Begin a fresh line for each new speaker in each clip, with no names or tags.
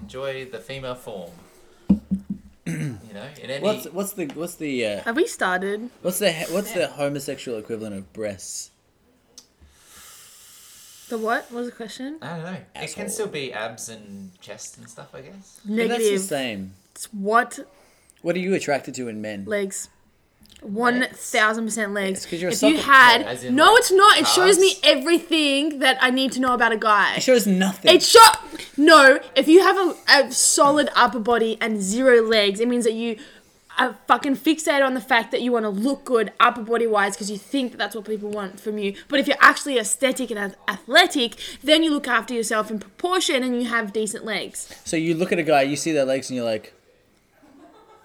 enjoy the female form. you know, in any
What's what's the what's the uh,
Have we started?
what's the what's the homosexual equivalent of breasts?
The what was the question?
I don't know. It
Asshole.
can still be abs and chest and stuff, I guess.
But that's the
Negative.
same.
It's what
What are you attracted to in men?
legs? One thousand percent legs.
Yes, 'cause you're a
if you
sucker.
had
As in,
no,
like,
it's not. It shows me
cars?
everything that I need to know about a guy.
It shows nothing.
It shot. No, if you have a, a solid upper body and zero legs, it means that you are fucking fixated on the fact that you want to look good upper body wise because you think that that's what people want from you. But if you're actually aesthetic and ath- athletic, then you look after yourself in proportion and you have decent legs.
so you look at a guy, you see their legs, and you're like,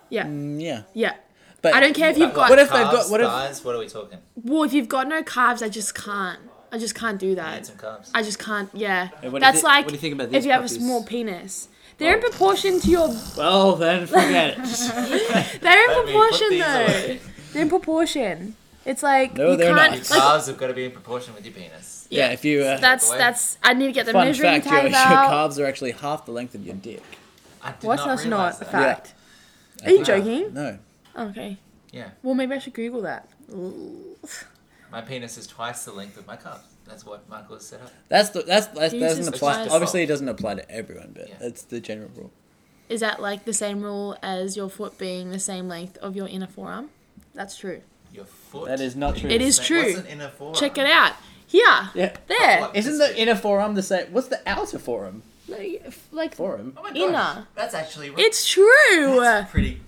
Yeah,
mm, yeah.
yeah.
But
I don't care if you've got.
What if they've
calves,
got? What if?
thighs? What are we talking?
well, if you've got no calves, I just can't. I just can't do
Need
that.
some calves.
I just can't. Yeah.
And what do you
That's
thi-
like
what do you think about
if
these
you have
puppies? Oh.
a small penis. They're in proportion to your
Well, then forget it.
They're
Let
in
me put
proportion
these
though.
away.
They're in proportion. It's like
No,
you
they're
can't.
not.
Like,
calves have got to be in proportion with your penis.
Yeah, if you. Uh,
that's
Away.
that's. I need to get the
fun
measuring
fact: your,
tape
your
out.
calves are actually half the length of your dick.
I did
What's
not
that's
realize
not
that.
a fact.
I
Are you
think-
joking?
No.
Okay.
Yeah,
Well, maybe I should Google that.
my penis is twice the length of my calves. That's what Michael has set up.
That's the, that's, that's that
You
doesn't
just
apply.
decided-
Obviously, it doesn't apply to everyone, but
Yeah.
that's the general rule.
Is that like the same rule as your foot being the same length of your inner forearm? That's true.
Your foot.
That is not true.
It is
That
true.
wasn't in a forearm.
Check it out. Here.
Yeah.
There.
What?
Isn't the inner forearm the same? What's the outer forearm?
Like, f- like
Forearm.
Oh my gosh,
Inner.
That's actually right.
it's true.
That's pretty.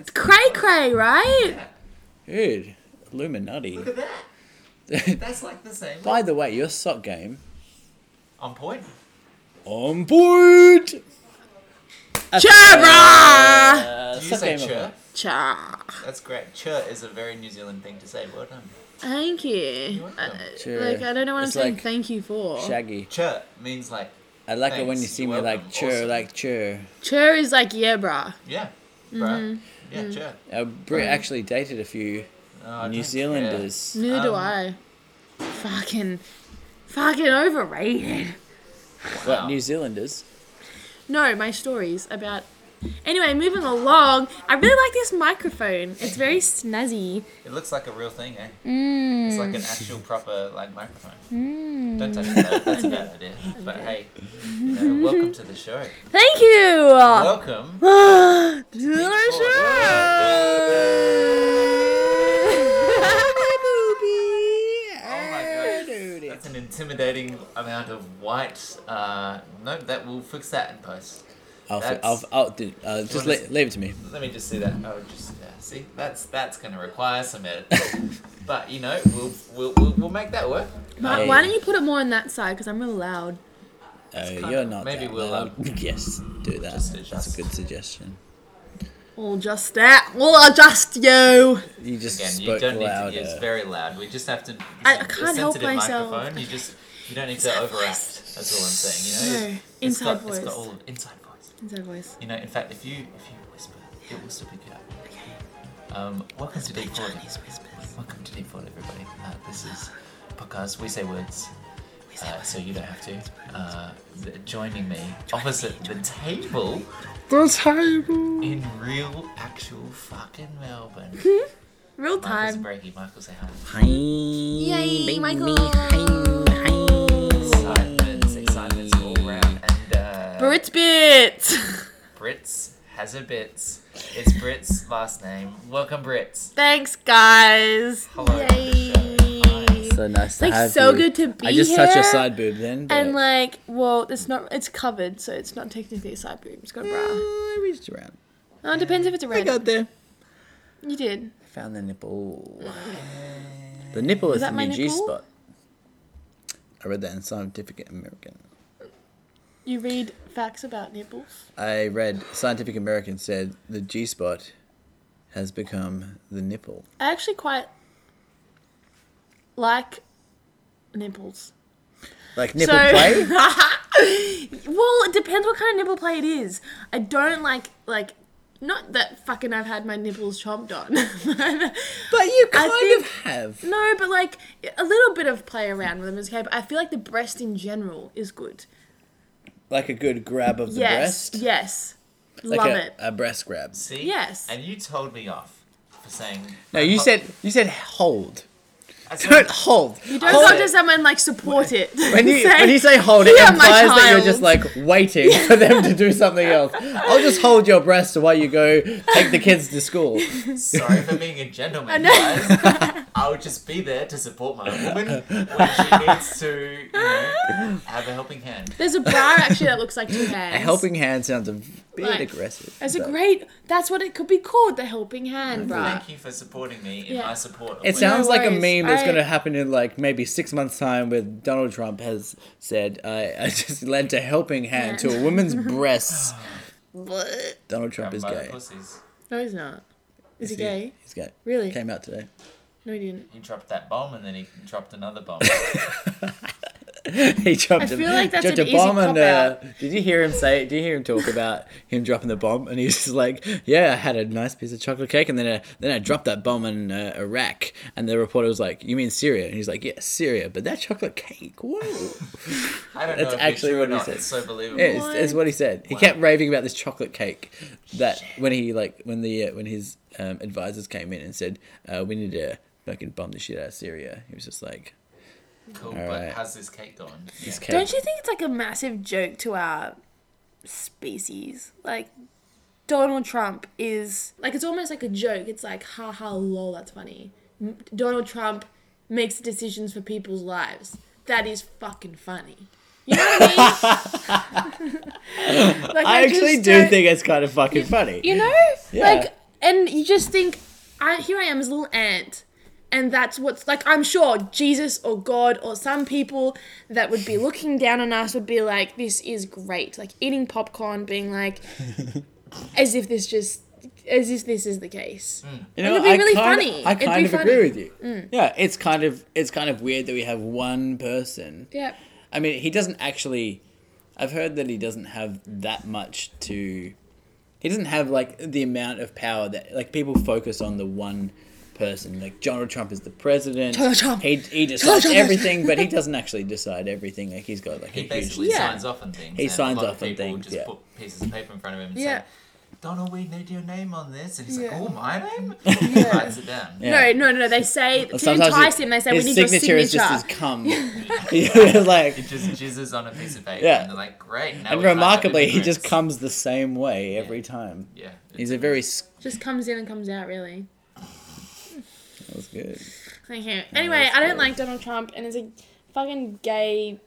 It's cray cray, right?
Dude, Illuminati.
Look at that. That's like the same.
By the way, your sock game
On point.
on point.
Chirra.
Uh,
Did you
sock
say
game on
chur?
point.
Cha.
That's great. Chur is a very New Zealand thing to say. Well done.
Thank you.
You're welcome.
Uh,
Sure.
Like I don't know what
It's
I'm saying.
like
thank you for.
Shaggy.
Chur means like,
I like it when you
Thanks,
see
you're
me like
welcome.
chur,
Awesome.
like chur.
Chur is like yeah, bruh.
yeah, bruh. Yeah, chur.
Uh, Brit actually dated a few
Oh, I
New
don't
Zealanders.
Neither do I.
Um,
Fucking, fucking overrated.
care.
What
Wow.
New Zealanders?
No, my stories about. Anyway, moving along. I really like this microphone. It's very snazzy.
It looks like a real thing, eh? It's like an actual proper like microphone.
Mm.
Don't touch it. Though. That's a bad idea. But hey, you know, welcome to the show.
Thank you.
Welcome.
to the
Oh
show.
my gosh. That's an intimidating amount of white. Uh, no, that we'll fix that in post.
I'll, fi- I'll,
That's-
I'll do, uh, just
wanna
le- leave it to me.
Let me just see that. Oh, just uh, see that's that's going to require some edit. but you know, we'll we'll we'll, we'll make that work.
Mark, Why don't you put it more on that side? Because I'm really loud.
Oh,
kinda-
you're not.
maybe
that
we'll,
loud. yes, do that.
just
That's
adjust.
a good suggestion.
We'll adjust that. We'll adjust you.
You just
Again, you
spoke
don't need
louder.
to. It's very loud. We just have to.
I- I
it's a
can't help
sensitive
myself.
Microphone. You just you don't need to overact. That's all I'm saying. You know,
No,
It's
inside
got, It's got
voice.
all of inside voice.
Inside voice.
You know, in fact, if you if you whisper, it will still be good. Um, welcome to Deep Forty. Welcome to Deep Forty, everybody. Uh, this is podcast. We say words, uh, so you don't have to. Uh, th- joining me opposite the table
The table.
in real, actual fucking Melbourne.
Real
Michael's
time.
breaky. Michael, say hi.
Yay,
Yay,
Michael.
Excitement, excitement's all round. And uh,
Brit bit.
Brits has a bits. It's Brits' last name. Welcome, Brits.
Thanks, guys.
Hello,
Yay.
Michelle.
So nice to
Like,
have
so
you.
good to be
I just touched your
here.
side boob then. But
And like, well, it's not. It's covered, so it's not technically a side boob. It's got a bra. Oh,
I reached around.
it depends if it's a
I
red.
got there.
You did.
Found the nipple. The nipple is,
that
the
my
new G
nipple?
spot. I read that in Scientific American.
You read facts about nipples.
I read Scientific American said the G spot has become the nipple.
I actually quite like nipples.
Like nipple
so,
play?
well, it depends what kind of nipple play it is. I don't like like not that fucking I've had my nipples chomped on.
But you
I
kind
think-
of have.
no, but like a little bit of play around with them is okay. But I feel like the breast in general is good.
like a good grab of the
yes,
breast.
yes,
Like
love
a,
it.
a breast grab.
See?
Yes.
And you told me off for saying.
No, you said you said hold.
I said-
Don't hold.
You don't
hold
go
it.
to someone like support it.
when you when you say hold, it
"Here, my
implies that you're
child."
just like waiting for them to do something else. I'll just hold your breast while you go take the kids to school.
Sorry for being a gentleman,
know.
guys. I'll just be there to support my woman when she needs to, you know, have a helping hand.
There's a bra actually that looks like two hands.
A helping hand sounds a bit
Like,
aggressive.
That's
but-
a great. That's what it could be called, the helping hand bra.
Thank you for supporting me in
Yeah.
my support. of women.
It sounds like a
worries.
meme that's
I-
going to happen in like maybe six months' time, where Donald Trump has said, "I, I just lent a helping hand to a woman's breasts." Donald Trump
Grab
is
by the
gay.
pussies.
No, he's not. Is
He's-
he gay?
He's gay.
Really?
Came out today.
No, he didn't.
He dropped that bomb and then he dropped another bomb.
He dropped.
feel like that's
dropped
an easy cop-out.
uh, did you hear him say? Did you hear him talk about him dropping the bomb? And he's just like, "Yeah, I had a nice piece of chocolate cake, and then uh, then I dropped that bomb in uh, Iraq." And the reporter was like, "You mean Syria?" And he's like, "Yeah, Syria, but that chocolate cake, whoa."
I don't know
That's
if
actually
it's true
what
or
he
not.
said.
It's so believable.
Yeah, it's, it's what he said. He
Wow.
kept raving about this chocolate cake that when he like when the uh, when his um, advisors came in and said uh, we need to fucking bomb the shit out of Syria. He was just like
Cool,
All
but
right.
how's this cake going? Yeah.
this cake.
Don't you think it's like a massive joke to our species? Like Donald Trump is like it's almost like a joke. It's like ha ha lol, that's funny. M- Donald Trump makes decisions for people's lives. That is fucking funny. You know what I mean? Like,
I actually
just
do
don't-
think it's kind of fucking funny.
you know,
Yeah.
like, and you just think, I here I am as a little ant, and that's what's like. I'm sure Jesus or God or some people that would be looking down on us would be like, "This is great," like eating popcorn, being like, as if this just, as if this is the case.
You
It'd be really
kind,
funny.
I
It'd be
kind of
funny. Mm.
agree with you. Yeah, it's kind of it's kind of weird that we have one person.
Yeah,
I mean, he doesn't actually. I've heard that he doesn't have that much to. He doesn't have like the amount of power that like people focus on the one person. Like Donald Trump is the president.
Donald Trump.
He he decides
Trump.
everything, but he doesn't actually decide everything. Like he's got like
He
a huge.
basically
Yeah.
signs off on things.
He
and
signs
a lot of
off on
people
things,
Just
yeah.
put pieces of paper in front of him and
Yeah.
say, "Donald, we need your name on this." And he's
Yeah.
like, "Oh, my name?" He writes it down.
Yeah.
No, no, no. They say to
Sometimes
entice
his-
him. They say we
his
need your signature.
is just his cum. Yeah, like
He just jizzes on a piece of paper,
Yeah.
and they're like, "Great." Now
and
we can't have
remarkably, he
immigrants."
just comes the same way every time.
Yeah,
He's a very. s-
just comes in and comes out. Really.
That was good.
Thank you. Anyway, I don't like Donald Trump, and it's a fucking gay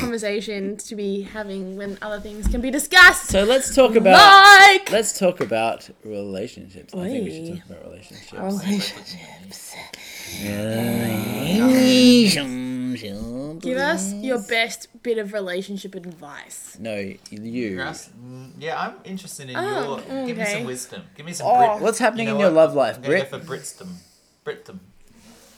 conversation to be having when other things can be discussed.
So let's talk about.
Like,
Let's talk about relationships. I think we should
Oi.
talk about relationships.
Oh, give
Give
us your best bit of relationship advice.
No, you.
Grass- mm, Yeah, I'm interested in
Oh,
your. Give me
okay.
some wisdom. Give me some.
Oh.
Brit-
What's happening
You know
in your
what?
love life,
I'm gonna
Brit?
go for Britsdom. Britdom.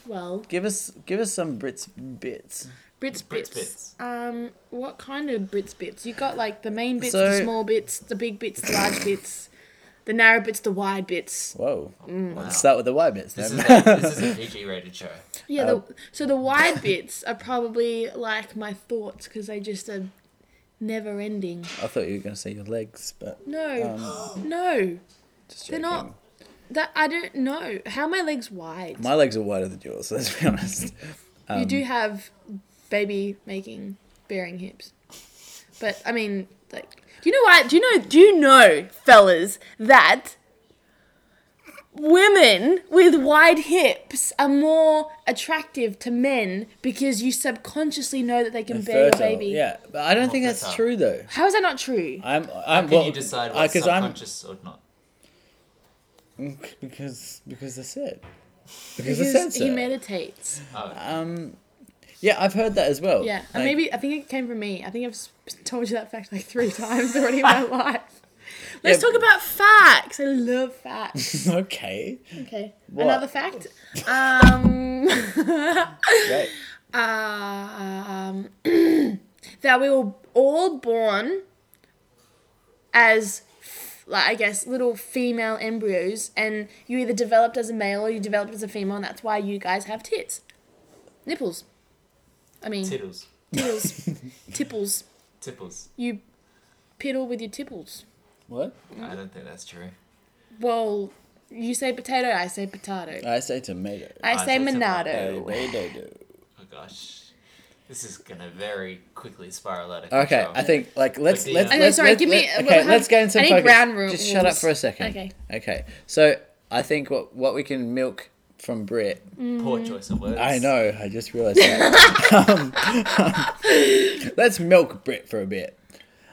Well,
Give us, give us some Brits bits.
Brits
Brits
bits. Um, what kind of Brits bits? You got like the main bits,
So-
the small bits, the big bits, the large bits, the narrow bits, the wide bits.
Whoa.
Mm.
Wow.
Let's start with the Y bits.
This
then.
is a, this is a PG-rated show.
Yeah. The,
Uh,
so the wide bits are probably like my thoughts because they just are never ending.
I thought you were going to say your legs, but
No,
Um,
no,
just
they're
joking.
not. That I don't know. How are my legs wide?
My legs are wider than yours. Let's be honest.
you do
um,
have baby making bearing hips, but I mean, like, do you know why? Do you know? Do you know, fellas, that women with wide hips are more attractive to men because you subconsciously know that they can bear your
Fertile,
baby.
Yeah, but I don't think that's
fertile.
true though.
How is that not true?
I'm. I'm.
Can
well,
you decide
I-
what's
I'm Mm,
subconscious or not?
because because they said because, they said
Because
so.
he meditates.
Oh,
Um, yeah, I've heard that as well.
Yeah, and
Like,
maybe I think it came from me. I think I've s- told you that fact like three times already in my life. Let's
Yeah.
talk about facts. I love facts.
Okay.
Okay,
What?
another fact. Um,
Great.
um, that we were all born as, f- like I guess, little female embryos, and you either developed as a male or you developed as a female, and that's why you guys have tits, nipples. I mean,
Tiddles.
tipples, tipples,
Tipples.
You piddle with your tipples.
What?
Mm.
I don't think that's true.
Well, you say potato, I say potato.
I say tomato.
Uh, I,
I
say
say
monado.
They- they do.
Oh gosh, this is gonna very quickly spiral out of control.
Okay, I think like let's
Okay,
let's
yeah.
Okay,
let's,
sorry,
let's-
give me-
let-
well,
okay.
how-
Let's go in some
I need
focus.
ground ru-
Just shut up
rules.
for a second.
Okay.
Okay. So I think what what we can milk from Brit.
poor choice of words.
I know. I just realized that. um, let's milk Brit for a bit.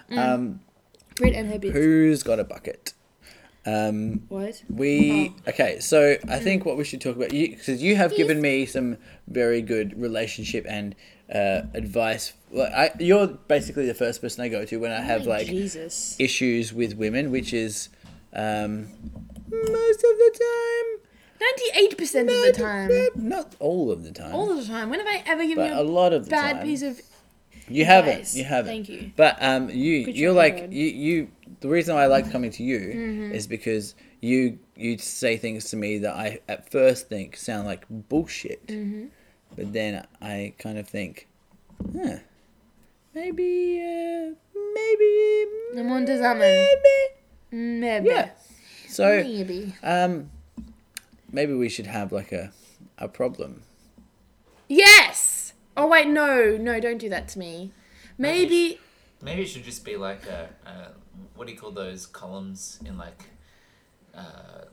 Brit and her bits.
Who's got a bucket?
What?
We
Oh.
okay. So I think what we should talk about you because you have given me some very good relationship and uh, advice. Like I, you're basically the first person I go to when I
Oh,
have like
Jesus.
issues with women, which is um, most of the time.
98% of the time.
Not all of the time.
All the time. When have I ever given
but
you
a
a
lot of the
bad
time.
piece of.
you haven't.
advice?
You haven't.
Thank you.
But um, you
Good
you're
job,
like
Howard. Mm-hmm.
you, you the reason why I like coming to you is because you you say things to me that I at first think sound like bullshit,
Mm-hmm.
but then I kind of think, huh, maybe uh, maybe
No one does that, man.
maybe
Maybe.
yeah. So
Maybe.
um, maybe we should have like a a problem.
Yes! Oh, wait, no, no, don't do that to me. Maybe.
Maybe it should just be like a, uh what do you call those columns in like uh,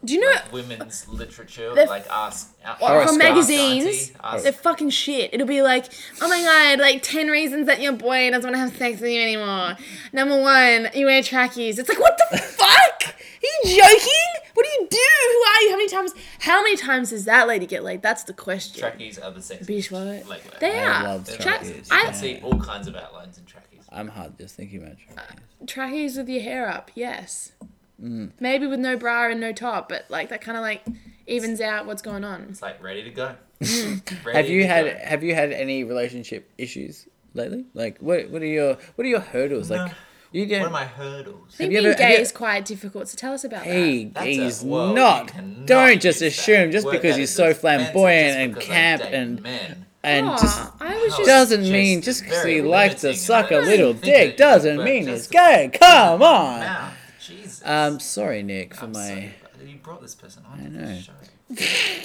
Do you know.
like women's literature,
The-
like ask uh,
from
Horoscope.
magazines,
ask
they're fucking shit. It'll be like, oh my god, like 10 reasons that your boy doesn't want to have sex with you anymore. Number one, you wear trackies. It's like, what the fuck? Are you joking? What do you do? Who are you? How many times? How many times does that lady get laid? That's the question.
trackies are the sex.
Bitch, what?
Like,
They
I
are.
love
Tracks-
trackies.
I can
I,
see all kinds of outlines in trackies.
I'm hard just thinking about you.
trackies with your hair up, yes.
Mm.
Maybe with no bra and no top, but like that kind of like evens out what's going on.
It's like ready to go.
Have
Ready
you
to
had
go.
have you had any relationship issues lately? Like what what are your what are your hurdles? Like
No.
you don't
What are my hurdles?
I think
you
being
ever- have
gay
you-
is quite difficult, so tell us about
Hey,
That's a-
he's
whoa, you
not.
cannot
Don't just
use that.
assume just
Word
because
that
he's
is
so
offensive,
flamboyant
just
and
because I
camp
date
and
men.
and
that.
just
Aw, I was just.
doesn't
Just
mean just because
very
he likes to
limiting
suck a
and
little
limiting that
dick
you
doesn't
put
mean
just
he's gay. Come on.
Mouth, Jesus.
Um, sorry, Nick, for
I'm
my.
sorry, but you brought this person on. I
know.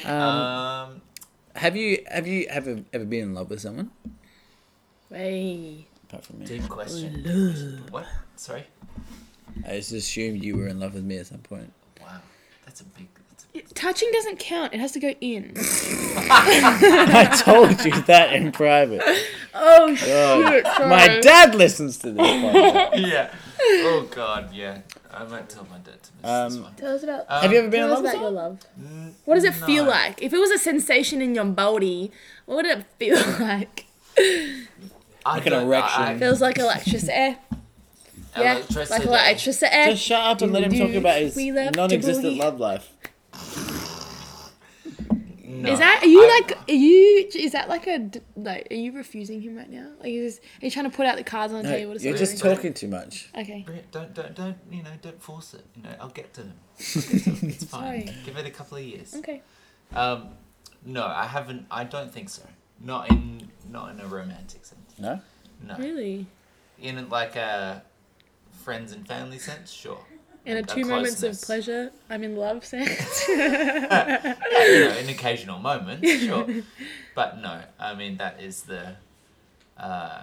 know. um,
Have you have you ever ever been in love with someone
Hey.
apart from me?
deep question. Deep question. What? Sorry.
I just assumed you were in love with me at some point.
Wow, that's a big. That's a
Touching doesn't count. It has to go in.
I told you that in private.
Oh shit!
My dad listens to this. podcast.
yeah. Oh God, yeah. I might tell my dad to miss this
Um,
one.
Tell us about.
Have you ever been in
tell
love
us
with
about your
someone?
love.
Mm,
What does it feel
no.
like? If it was a sensation in your body, what would it feel like?
I
Like an
don't-
erection.
I,
Feels like electricity. yeah,
I,
like a lot of electricity.
Just shut up and let him talk about his
We love to
non-existent
boogie.
love life.
No,
Is that are you
I-
like are you? Is that like a d- like? Are you refusing him right now? Like, is this, are you trying to put out the cards on the
No,
table? To
you're
say
just
Sorry.
talking too much.
no? Okay.
Bring it- Don't don't don't you know? Don't force it. You know, I'll get to him. It's fine.
Sorry.
Give it a couple of years.
Okay.
Um, no, I haven't. I don't think so. Not in not in a romantic sense.
No.
No.
Really.
In like a friends and family sense, sure.
And a
That
two moments of
closeness.
pleasure, I'm in love sense.
you know, an occasional moment, sure. But no, I mean that is the, uh,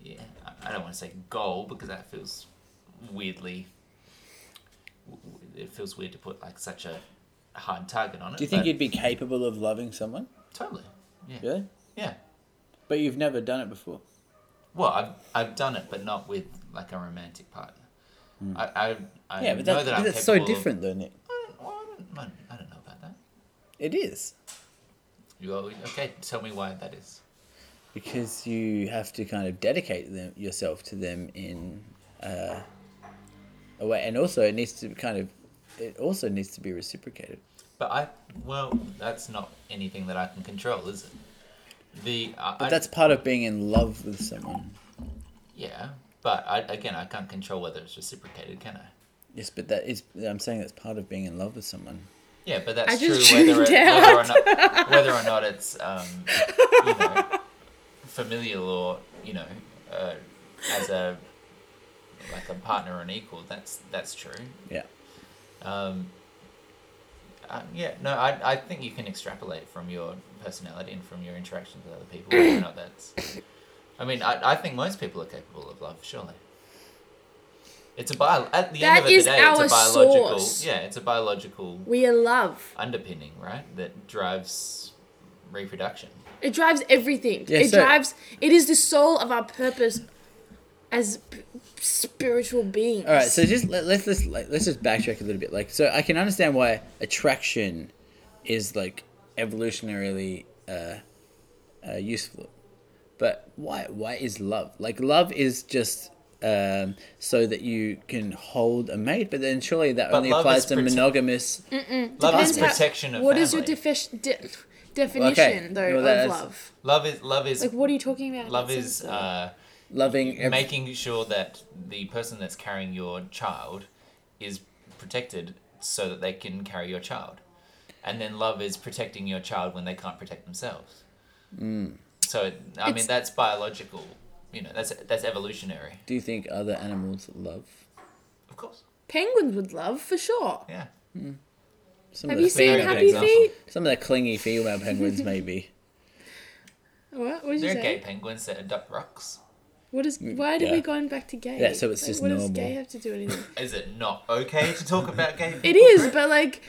yeah. I- I don't want to say goal because that feels weirdly. w- w- It feels weird to put like such a hard target on it.
Do you think
but
you'd be capable of loving someone?
totally? Yeah.
Really?
Yeah.
But you've never done it before.
Well, I've I've done it, but not with like a romantic partner. I I, I
Hmm. Yeah, but
know
that's,
that
but
I'm
that's so
capable of-
different, though, Nick.
I don't, well, I, don't, I don't- I don't know about that.
It is
You always, okay? Tell me why that is.
because you have to kind of dedicate them, yourself to them in uh, a way, and also it needs to kind of, it also needs to be reciprocated.
But I, well, that's not anything that I can control, is it? The I,
But
I-
that's part of being in love with someone.
yeah. But I, again, I can't control whether it's reciprocated, can I?
Yes, but that is. I'm saying that's part of being in love with someone.
Yeah, but that's
I
true
just
whether, it,
tuned
whether or not whether or not it's um, you know, familial or you know uh, as a like a partner or an equal. That's that's true.
Yeah.
Um, uh, yeah, no, I, I think you can extrapolate from your personality and from your interactions with other people. whether or not that's, I mean, I, I think most people are capable of love, surely. It's a bio. At the end
That
of the
is
day, it's
our
a biological.
source.
Yeah, it's a biological
We are love.
underpinning, right? That drives reproduction.
It drives everything.
Yeah,
it
so-
drives. It is the soul of our purpose as p- spiritual beings.
All right, so just let, let's let's like, let's just backtrack a little bit. Like, so I can understand why attraction is like evolutionarily uh, uh, useful, but why why is love like love is just um, so that you can hold a mate, but then surely that only
love
applies
is
to
prote-
monogamous.
Mm.
Love is
Depends how-
protection of
What
family.
is your defi- de- definition though
well, that's-
of love?
love is love is
Like, what are you talking about? in
love
that
is
sense of-
uh,
Loving ev-
making sure that the person that's carrying your child is protected so that they can carry your child. And then love is protecting your child when they can't protect themselves. Mm. So I mean
It's-
that's biological, you know, that's that's evolutionary.
Do you think other animals love?
Of course.
penguins would love for sure.
Yeah.
Some
Have
of the
you seen
very good
female
Happy
penguins,
example.
Feet?
some of the clingy female penguins, maybe.
What? What did you
There are
say?
gay penguins that adopt rocks.
What is? Why are
Mm, yeah.
we going back to gay?
Yeah, so it's just
what
normal.
does gay have to do anything?
Is it not okay to talk about gay people?
it is, but like,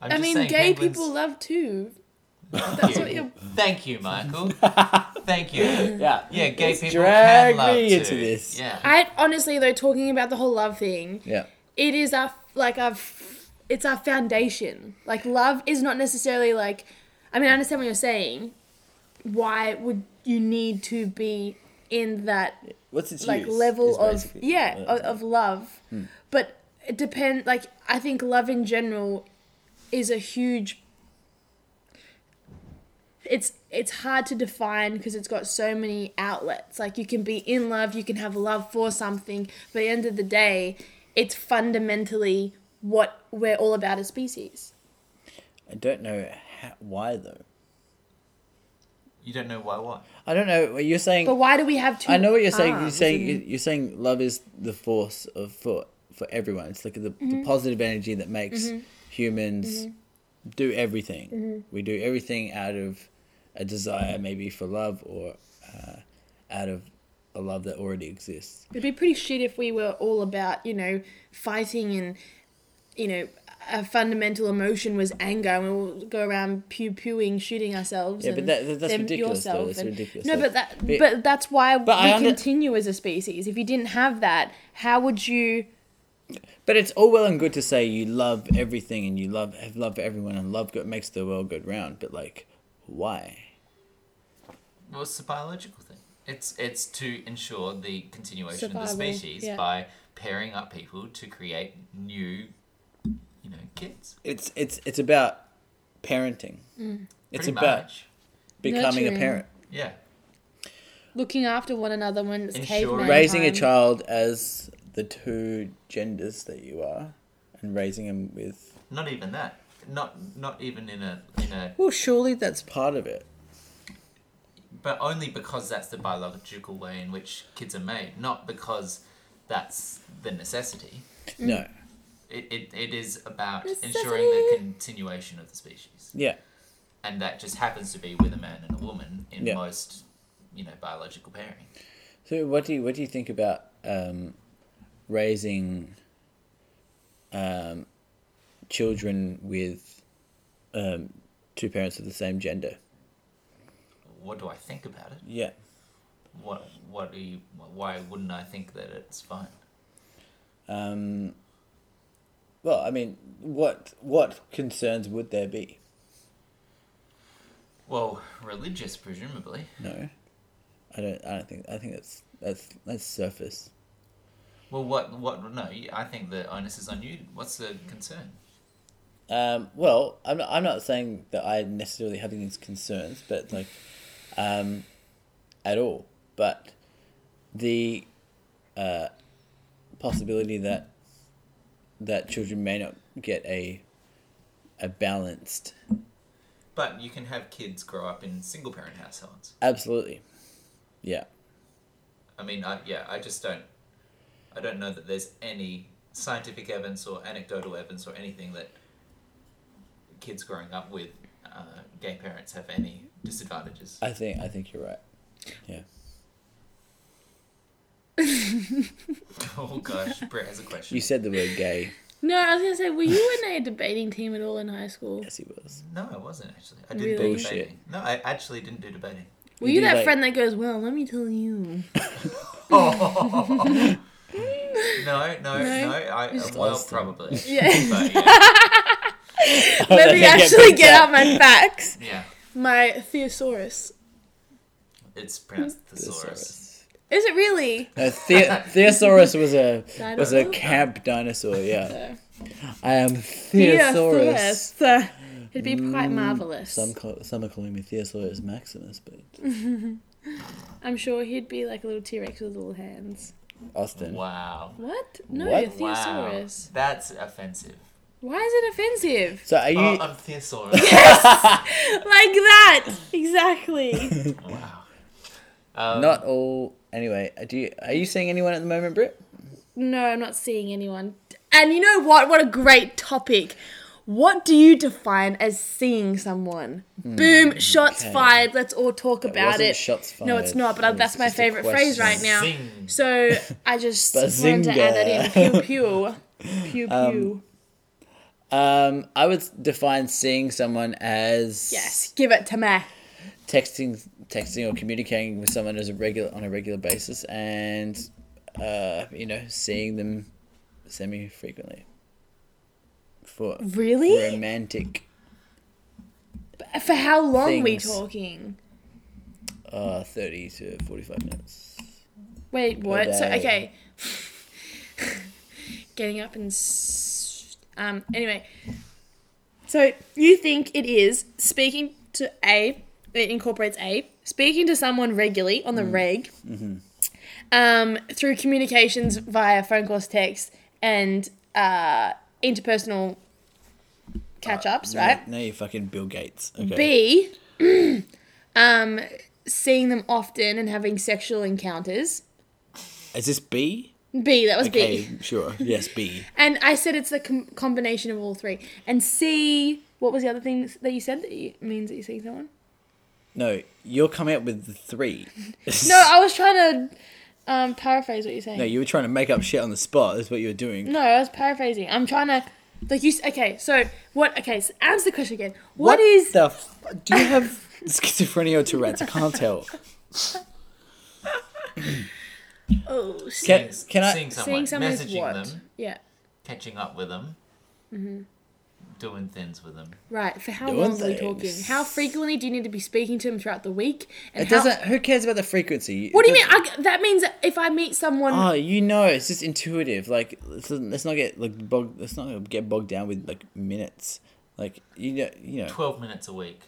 I'm
I
just
mean,
saying
gay
penguins-
people love too.
Thank
That's
you.
what you're.
Thank you, Michael. Thank you.
Yeah,
Yeah, gay people
drag
can love
me
too.
into this.
Yeah.
I honestly though, talking about the whole love thing,
yeah.
it is our like our f- it's our foundation like love is not necessarily like i mean i understand what you're saying why would you need to be in that
What's its
like
use, is
level of
basically Hmm.
yeah
what
of, of love but it depend like i think love in general is a huge it's it's hard to define because it's got so many outlets like you can be in love you can have love for something but at the end of the day it's fundamentally what we're all about as species
I don't know how, why though.
You don't know why what?
I don't know. You're saying.
but ah, why do we have two
I know what you're saying. You're
arms
saying
and-
you're saying love is the force of for for everyone. It's like the,
Mm-hmm.
the positive energy that makes humans
Mm-hmm.
do everything. We do everything out of a desire, maybe for love, or uh, out of a love that already exists.
It'd be pretty shit if we were all about, you know, fighting and, you know, a fundamental emotion was anger and we all go around pew pewing, shooting ourselves.
Yeah, but
and
that- that- that's
them
ridiculous, though.
yourself
That's
and-
ridiculous.
No,
Like,
but that,
but-
but, that's why we
I under-
continue as a species. If you didn't have that, how would you?
But it's all well and good to say you love everything and you love have love for everyone and love go- makes the world go round. But like, why?
Well, it's a biological thing. It's it's to ensure the continuation of the
Survival,
species
yeah.
by pairing up people to create new, you know, kids.
It's it's it's about parenting. It's
Pretty
about
much.
becoming a
Nurturing.
parent.
Yeah.
Looking after one another when it's
Ensuring-
caveman
raising a
time.
child as the two genders that you are and raising them with
Not even that. Not not even in a in a
well surely that's part of it
but only because that's the biological way in which kids are made, not because that's the necessity.
no
It, it, it is about ensuring the
Necessity.
continuation of the species.
yeah
and that just happens to be with a man and a woman in
Yeah.
most you know biological pairing
so what do you what do you think about um, raising um, children with um, two parents of the same gender
what do i think about it
yeah
what what do you why wouldn't i think that it's fine
um, well i mean what what concerns would there be
well religious presumably
no i don't i don't think i think that's that's that's surface
well what what no you- i think the onus is on you what's the concern
Um, well, I'm not, I'm not saying that I necessarily have these concerns, but like, um, at all. But the uh, possibility that that children may not get a a balanced
but you can have kids grow up in single parent households
absolutely, yeah.
I mean, I, yeah, I just don't. I don't know that there's any scientific evidence or anecdotal evidence or anything that kids growing up with uh, gay parents have any disadvantages.
I think I think you're right. Yeah.
oh gosh, Brett has a question.
You said the word gay.
No, I was gonna say, were you in a debating team at all in high school?
Yes, he was.
No, I wasn't actually. I didn't
Really?
do
Bullshit.
debating. No, I actually didn't do debating.
Were
You
you
do,
that
like-
friend that goes, "Well, let me tell you"?
Oh. no, no, no.
No?
I,
Just
well,
Austin.
probably.
Yeah.
But yeah,
Let me
Get
actually
picked
get out my facts.
yeah.
My thesaurus.
It's pronounced thesaurus.
Thesaurus.
Is it really?
No, the- Thesaurus was a was a
Dinosaur?
camp dinosaur. Yeah.
Uh,
I am Thesaurus.
Thesaurus. Uh, It'd be quite marvelous.
Mm, Some call, some are calling me Thesaurus Maximus, but
Mm. I'm sure he'd be like a little T Rex with little hands.
Austin.
Wow.
What? No,
What?
a
Wow.
thesaurus.
That's offensive.
Why is it offensive?
So are you?
Oh, I'm thesaurus.
Like that! Exactly.
wow. Um,
Not all. Anyway, do you, are you seeing anyone at the moment, Britt?
no, I'm not seeing anyone. And you know what? What a great topic. What do you define as seeing someone? Boom, shots
Hmm, okay.
fired. Let's all talk about
wasn't
it.
shots
No, it's
fired.
not, but I,
It was
that's my
just a
favorite phrase
question.
right now.
Zing.
So I just wanted to add that in. Pew pew. Pew pew.
Um, I would define seeing someone as
yes, give it to me.
texting, texting or communicating with someone as a regular on a regular basis, and uh, you know, seeing them semi frequently for
Really?
romantic.
For how long we
Things.
talking?
Uh, thirty to forty-five minutes.
Wait, what? So
day.
okay, getting up and s- um. Anyway, so you think it is speaking to a? It incorporates a speaking to someone regularly
Mm.
on the reg,
Mm-hmm.
um, through communications via phone calls, text, and uh,
Uh,
interpersonal catch ups, right?
Now you're fucking Bill Gates. Okay.
B, um, seeing them often and having sexual encounters.
Is this B?
B, that was B.
Okay, sure. Yes, B.
And I said it's a com- combination of all three. And C, what was the other thing that you said that you, means that you're seeing someone?
No, you're coming up with the three.
No, I was trying to um, paraphrase what you're saying.
No,
No,
you were trying to make up shit on the spot. Is what you were doing.
I was paraphrasing. I'm trying to. Like you, s- okay. So what? Okay, so answer the question again.
What
what is
the? F- do you have schizophrenia or Tourette's? I can't tell.
oh s-
Can, can I?
seeing someone,
seeing someone is
messaging
what? Mm-hmm.
them,
Yeah,
catching up with them, doing things with them.
right. For how
Doing
long are we
things.
talking? How frequently do you need to be speaking to them throughout the week? And
It
how,
doesn't. Who cares about the frequency?
What do you
It
mean?
doesn't-
I, that means that if I meet someone,
Oh, you know, it's just intuitive. Like, let's, let's not get like bogged. Let's not get bogged down with like minutes. Like you know, you know.
Twelve minutes a week.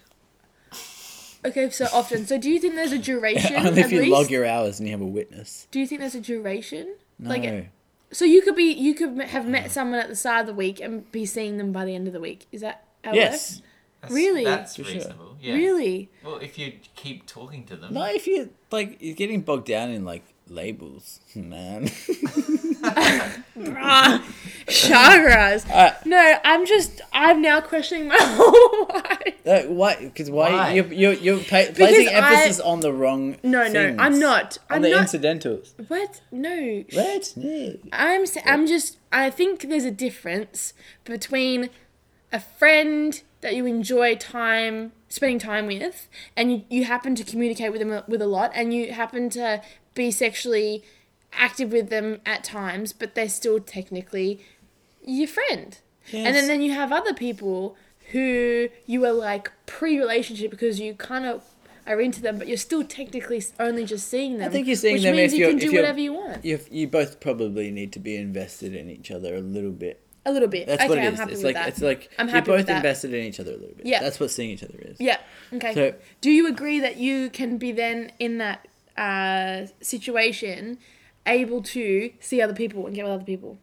okay, so often. So do you think there's a duration?
Only if
at
you
least?
log your hours and you have a witness.
Do you think there's a duration?
No.
Like, so you could be, you could m- have met someone at the start of the week and be seeing them by the end of the week. Is that how it
yes.
That's,
Really?
That's
For sure.
reasonable. Yeah.
works? Really?
Well, if you keep talking to them.
Not if you like. You're getting bogged down in like labels, man.
Bruh. Chakras.
Uh,
no, I'm just, I'm now questioning my whole life.
Like, why? Because why?
Why?
You're, you're, you're pa- placing
I-
emphasis on the wrong.
No, no, I'm
things.
not.
On
I'm
the
not.
incidentals.
what? No. sh-
What? No.
I'm s- I'm just I think there's a difference between a friend that you enjoy time spending time with and you, you happen to communicate with them a- with a lot and you happen to be sexually active with them at times but they're still technically your friend. And
Yes.
then, then you have other people who you are like pre-relationship because you kind of are into them but you're still technically s- only just seeing them.
I think you're seeing
which
them
means
if
you
you're-
can
if
do
you're-
whatever you want.
You you both probably need to be invested in each other a little bit.
A little bit.
That's
okay,
what it
I'm
is.
happy
It's like
with that.
it's like
I'm
you're
happy with
both
that.
invested in each other a little bit.
Yeah.
That's what seeing each other is.
yeah. Okay.
So-
Do you agree that you can be then in that uh, situation able to see other people and get with other people?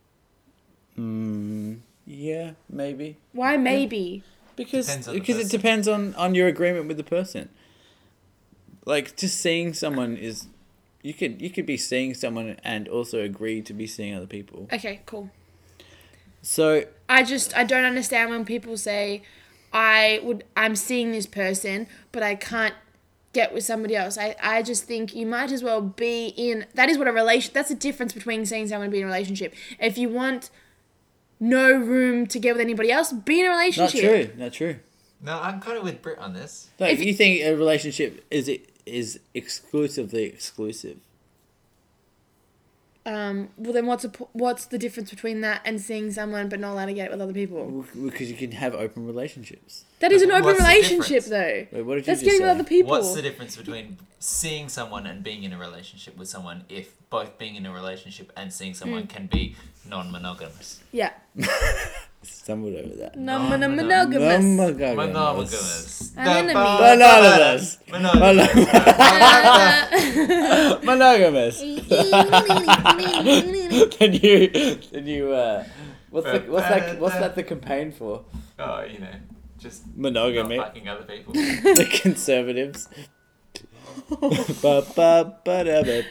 Yeah, maybe
Why maybe?
because
Depends on the
because it
person.
depends on on your agreement with the person. Like just seeing someone is you could you could be seeing someone and also agree to be seeing other people.
Okay, cool.
So
I just I don't understand when people say I would I'm seeing this person but I can't get with somebody else. I, I just think you might as well be in that is what a relation that's the difference between seeing someone and being in a relationship. If you want no room to get with anybody else, be in a
not
relationship.
true, not true.
No, I'm kind of with Brit on this.
Like
If-
if you think a relationship is it is exclusively exclusive.
Um well then what's a, po- what's the difference between that and seeing someone but not allowed to get with other people?
Because you can have open relationships.
That is an open
What's the
relationship
difference?
though.
Wait, what did you
That's
just
getting with
say?
other people.
What's the difference between seeing someone and being in a relationship with someone if both being in a relationship and seeing
Hmm.
someone can be non monogamous?
yeah.
Stumbled over that. Oh
No,
No,
no,
no,
monogamous.
Monogamous.
An
Da-
enemy.
ba-
Monogamous.
Monogamous.
Monogamous. the new, the new. Uh, what's the, what's that? What's that? The campaign for
Oh, you know, just not
monogamy.
fucking other people.
the conservatives. ba, ba, ba, da, ba.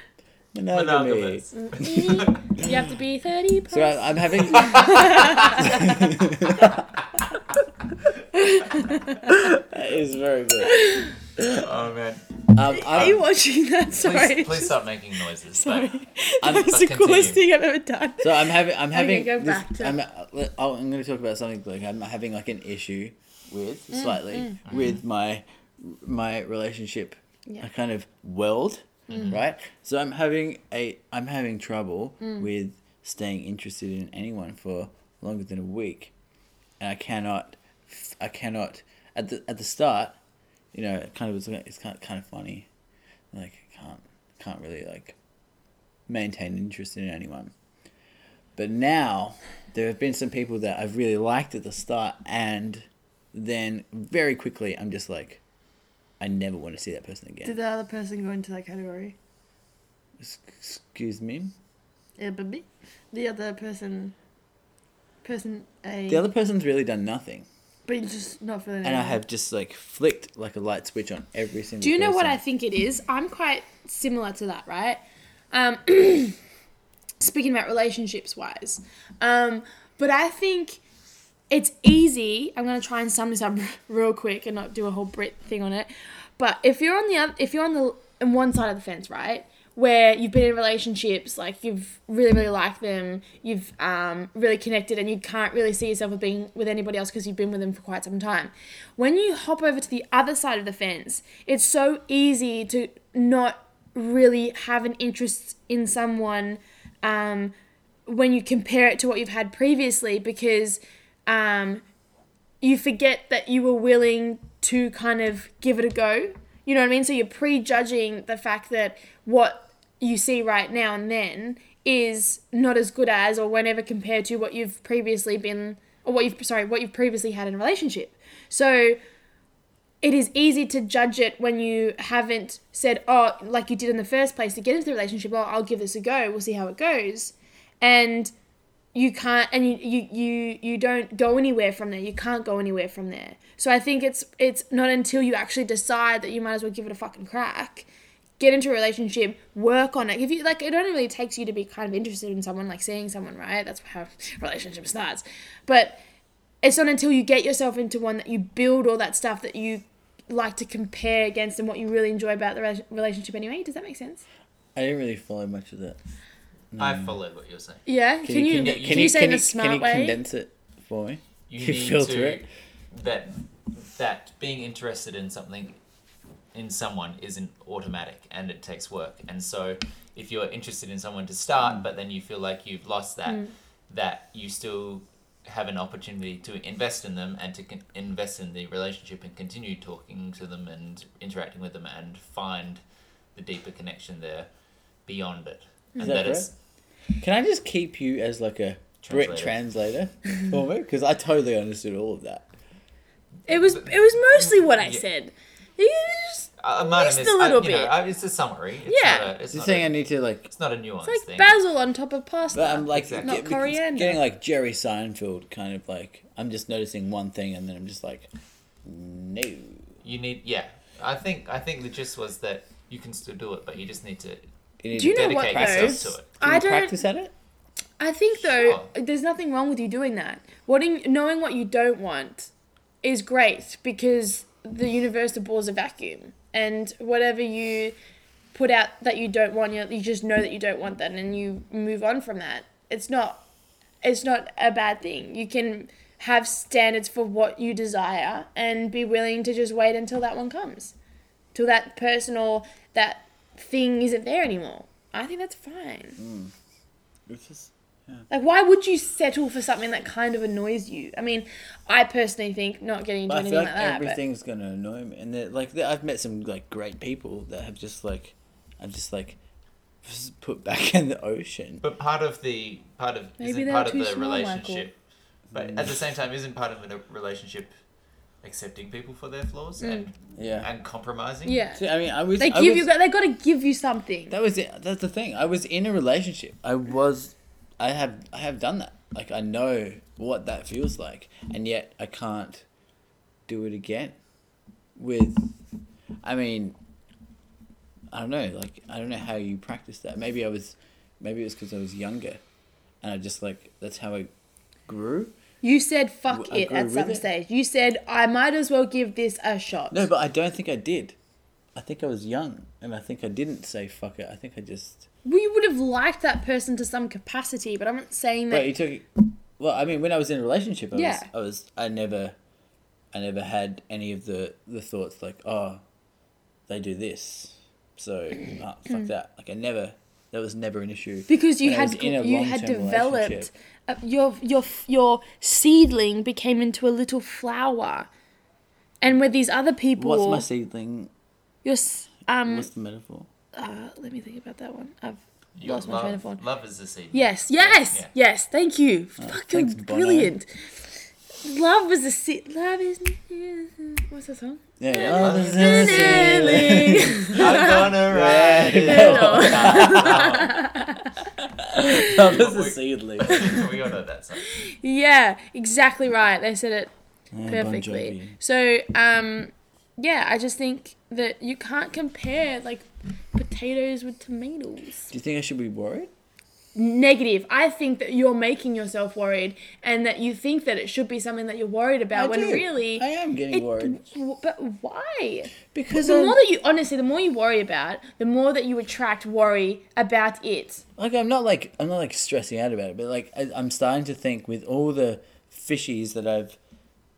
Monogamy.
Monogamous.
you have to be 30 plus.
So I, I'm having. that is very good.
oh man.
Um,
Are you
I'm,
watching that? Sorry.
Please, please stop making noises.
Sorry.
But
I'm-
that was the
but
coolest
continue.
thing I've ever done.
so I'm having. I'm having.
go
this-
back to-
I'm, uh, oh, I'm going to talk about something like I'm having like an issue with
Mm,
slightly with my my relationship,
Yeah. Mm.
a kind of world, right? So I'm having a I'm having trouble
Mm.
with staying interested in anyone for longer than a week. and I cannot, I cannot. At the at the start, you know, it kind of was it's kind of, kind of funny, like I can't can't really like maintain interest in anyone. But now there have been some people that I've really liked at the start, and then very quickly I'm just like, I never want to see that person again.
Did the other person go into that category?
Ex- Excuse me.
Yeah, but me? The other person. Person A.
The other person's really done nothing,
But you just not feeling
and I
anyone.
have just like flicked like a light switch on every single.
Mm. Do you know what I
person.
think it is? I'm quite similar to that, right? Um, speaking about relationships wise. Um, but I think it's easy. I'm going to try and sum this up real quick and not do a whole Brit thing on it. But if you're on the other, if you're on the on one side of the fence, right? Where you've been in relationships, like you've really, really liked them, you've um, really connected, and you can't really see yourself with being with anybody else because you've been with them for quite some time. When you hop over to the other side of the fence, it's so easy to not really have an interest in someone um, when you compare it to what you've had previously because um, you forget that you were willing to kind of give it a go. You know what I mean? So you're prejudging the fact that what you see right now and then is not as good as or whenever compared to what you've previously been or what you've sorry, what you've previously had in a relationship. So it is easy to judge it when you haven't said, oh, like you did in the first place to get into the relationship, oh, I'll give this a go, we'll see how it goes. And you can't and you, you you you don't go anywhere from there you can't go anywhere from there so i think it's it's not until you actually decide that you might as well give it a fucking crack get into a relationship work on it if you like it only really takes you to be kind of interested in someone like seeing someone right that's how relationship starts but it's not until you get yourself into one that you build all that stuff that you like to compare against and what you really enjoy about the re- relationship anyway does that make sense
I didn't really follow much of that.
I follow what you're saying.
yeah can, you
con-
can,
you-
you, say it in a smart
can you
way
condense it for me?
You,
Can you
need
filter
to
it?
that that being interested in something in someone isn't automatic and it takes work. And so if you're interested in someone to
Mm.
start but then you feel like you've lost that
Mm.
that you still have an opportunity to invest in them and to con- invest in the relationship and continue talking to them and interacting with them and find the deeper connection there beyond it. And
that
is
Can I just keep you as like a Brit translator for me? Because I totally understood all of that.
It was it was mostly what I
Yeah.
said. You just-
I might have
Just a
missed I-
little
you know,
bit.
I- it's a summary. It's
Yeah.
Not a, it's
You're
not
saying
a-
I need to like,
It's not a nuance
it's
thing.
like basil on top of pasta.
but I'm like
Exactly.
get-
Not
because
coriander.
getting like Jerry Seinfeld kind of like I'm just noticing one thing and then I'm just like, no.
you need, yeah. I think I think the gist was that you can still do it, but you just need to
you need
Do you
to
know what
Dedicate
though?
yourself to it.
I
do
don't.
practice at it?
I think though,
Sure.
there's nothing wrong with you doing that. Wanting, knowing what you don't want is great because the universe abhors a vacuum, and whatever you put out that you don't want, you you just know that you don't want that, and you move on from that. It's not, it's not a bad thing. You can have standards for what you desire and be willing to just wait until that one comes, till that person or that thing isn't there anymore. I think that's fine.
It's just
Like, why would you settle for something that kind of annoys you? I mean, I personally think not getting into
But I
anything
feel like
like, that. but-
everything's gonna annoy me, and they're- like they're- I've met some like great people that have just like, I've just like, just put back in the ocean.
But part of the part of
Maybe
isn't
they're
part of
too
the
small,
relationship. But at the same time, isn't part of a relationship accepting people for their flaws and
Yeah.
and compromising?
Mm. yeah,
See, I mean, I was.
they
I
give you.
was-
They got to give you something.
That was it. That's the thing. I was in a relationship. I was. I have. I have done that. Like I know what that feels like, and yet I can't do it again. With, I mean, I don't know. Like I don't know how you practice that. Maybe I was. Maybe it was because I was younger, and I just like that's how I grew.
you said "fuck
I
it"
grew
at
with
some
it.
stage. You said, "I might as well give this a shot."
No, but I don't think I did. I think I was young, and I think I didn't say fuck it. I think I just.
we would have liked that person to some capacity, but I'm not saying that.
But you took. Well, I mean, when I was in a relationship, I
Yeah.
was, I was, I never, I never had any of the the thoughts like, oh, they do this, so ah, fuck that. Like I never, that was never an issue.
Hmm. because you
when I was
had
in a
you had
long-term
developed
relationship.
uh, your your your seedling became into a little flower, and with these other people,
What's my seedling?
your s- um
What's the metaphor?
uh, let me think about that one. I've
Your
lost my train of
love,
thought.
love is the seed.
Yes, yes,
Yeah.
yes. Thank you. Fucking
thanks, Bono.
brilliant. Love was a se- love is what's that song?
Yeah,
Yeah,
oh,
love
this
is
is a seedling.
I'm gonna ride it.
Love is a seedling.
we all know that song.
yeah, exactly right. They said it
Bon
perfectly.
Jovi.
so, um, yeah, I just think that you can't compare like potatoes with tomatoes.
Do you think I should be worried?
Negative. I think that you're making yourself worried, and that you think that it should be something that you're worried about
I
when
do.
really
I am getting
It-
worried
w- But why?
because
The
I'm,
more that you honestly, the more you worry about, the more that you attract worry about it.
like I'm not like I'm not like stressing out about it, but like I, I'm starting to think with all the fishies that I've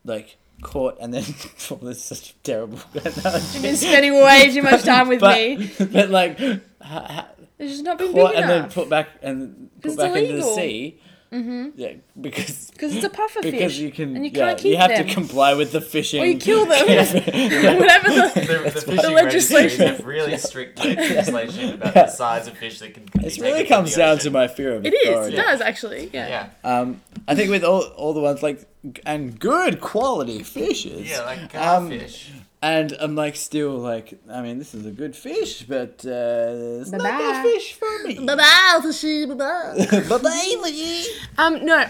like caught and then oh, this is such a terrible analogy.
You've been spending way too much time with
but,
me.
but like ha, ha,
It's just not been big
caught and then
enough
put back and put
It's
back into the
illegal.
sea. Mm-hmm. Yeah, because
because it's a puffer
because
fish,
you can
and you
yeah,
can't keep
you have
them.
to comply with the fishing.
or you kill them,
Yeah.
whatever. The,
The, the fishing
legislation-
legislation have really strict legislation about the size of fish that can. can
It
be
really
taken from
comes
the
down
ocean.
to my fear of
it is. It
authority.
does actually. Yeah.
Yeah,
Um, I think with all all the ones like and good quality fishes.
yeah, like uh,
um,
fish.
And I'm like still like I mean this is a good fish, but uh, it's not
Bye-bye.
that fish for me. Bye
Bye-bye, fishy, bye-bye.
bye.
Um, no,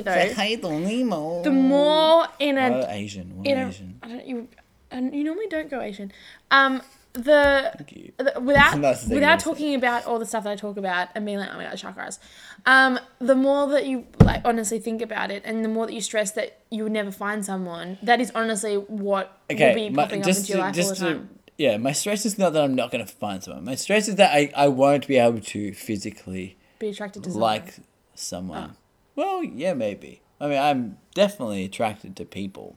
though,
Little Nemo.
the more in a
oh, Asian, one
in a,
Asian.
I don't you and you normally don't go Asian. Um, the
you.
the- without
That's the thing,
without
isn't
talking about all the stuff that I talk about and being like, oh my god, chakras. Um, the more that you like honestly think about it, and the more that you stress that you would never find someone, that is honestly what will
Okay,
be
my,
popping
just
up into your
to,
life all
just
the
to
time.
yeah, my stress is not that I'm not going to find someone. My stress is that I, I won't be able to physically
Be attracted to someone.
like
Ah.
someone. Well, yeah, maybe. I mean, I'm definitely attracted to people.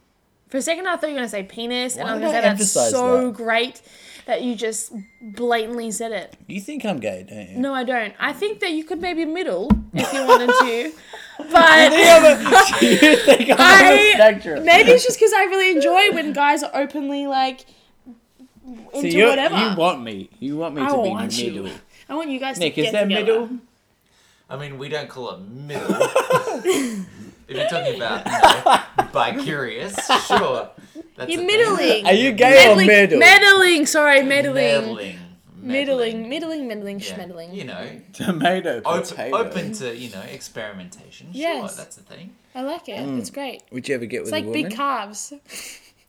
For a second, I thought you were gonna say penis, and
Why
I was
did
gonna
I
say that's
emphasize
so
that?
great that you just blatantly said it.
You think I'm gay, don't you?
No, I don't. I think that you could maybe middle if you wanted to, but.
you think I'm on the
I-
spectrum?
Maybe it's just because I really enjoy when guys are openly like into
you're-
whatever.
You want me. You want me
I
to
want
be
you.
middle.
I want you guys
Nick,
to
is
get
there
together.
middle?
I mean, we don't call it middle. if you're talking about you know, bi-curious, sure. That's a
You're
thing.
middling.
Are you gay or
Meddling-
Oh, middle?
Meddling. Sorry, meddling.
Meddling.
Middling. Middling. Middling.
Yeah.
Schmeddling.
You know,
Tomato.
op-
potato.
open to you know experimentation.
Yes.
Sure, that's a thing.
I like it. It's great.
Would you ever get with
It's like
a woman?
big calves.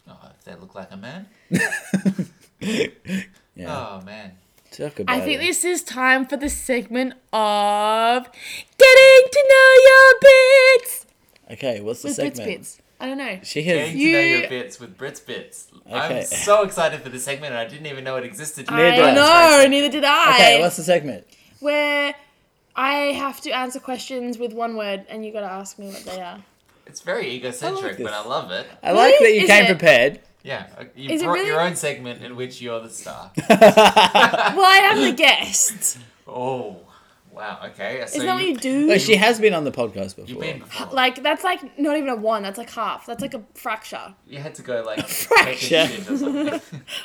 Oh, if they look like a man.
yeah.
Oh man.
Talk about
I think
it.
this is time for the segment of getting to know your bits
Okay, what's the
with Brits
segment?
Bits. I don't know.
She
Getting
has.
to know
You-
your bits with Brit's bits.
Okay.
I'm so excited for this segment, and I didn't even know it existed.
Neither.
I
That's
know, neither did I.
Okay, what's the segment?
Where I have to answer questions with one word, and you gotta ask me what they are.
It's very egocentric,
I like this.
but I love it.
I like that
Really?
you
Is
came
it?
prepared.
Yeah, uh, you
Is it
brought
really?
your own segment in which you're the star.
Well, I am the guest.
oh, wow. Okay, so
Isn't that what
you,
you do?
But she has been on the podcast
you've
before.
been before.
like that's like not even a one. That's like half. That's like a fracture.
you had to go like take a
fracture.
shit or something.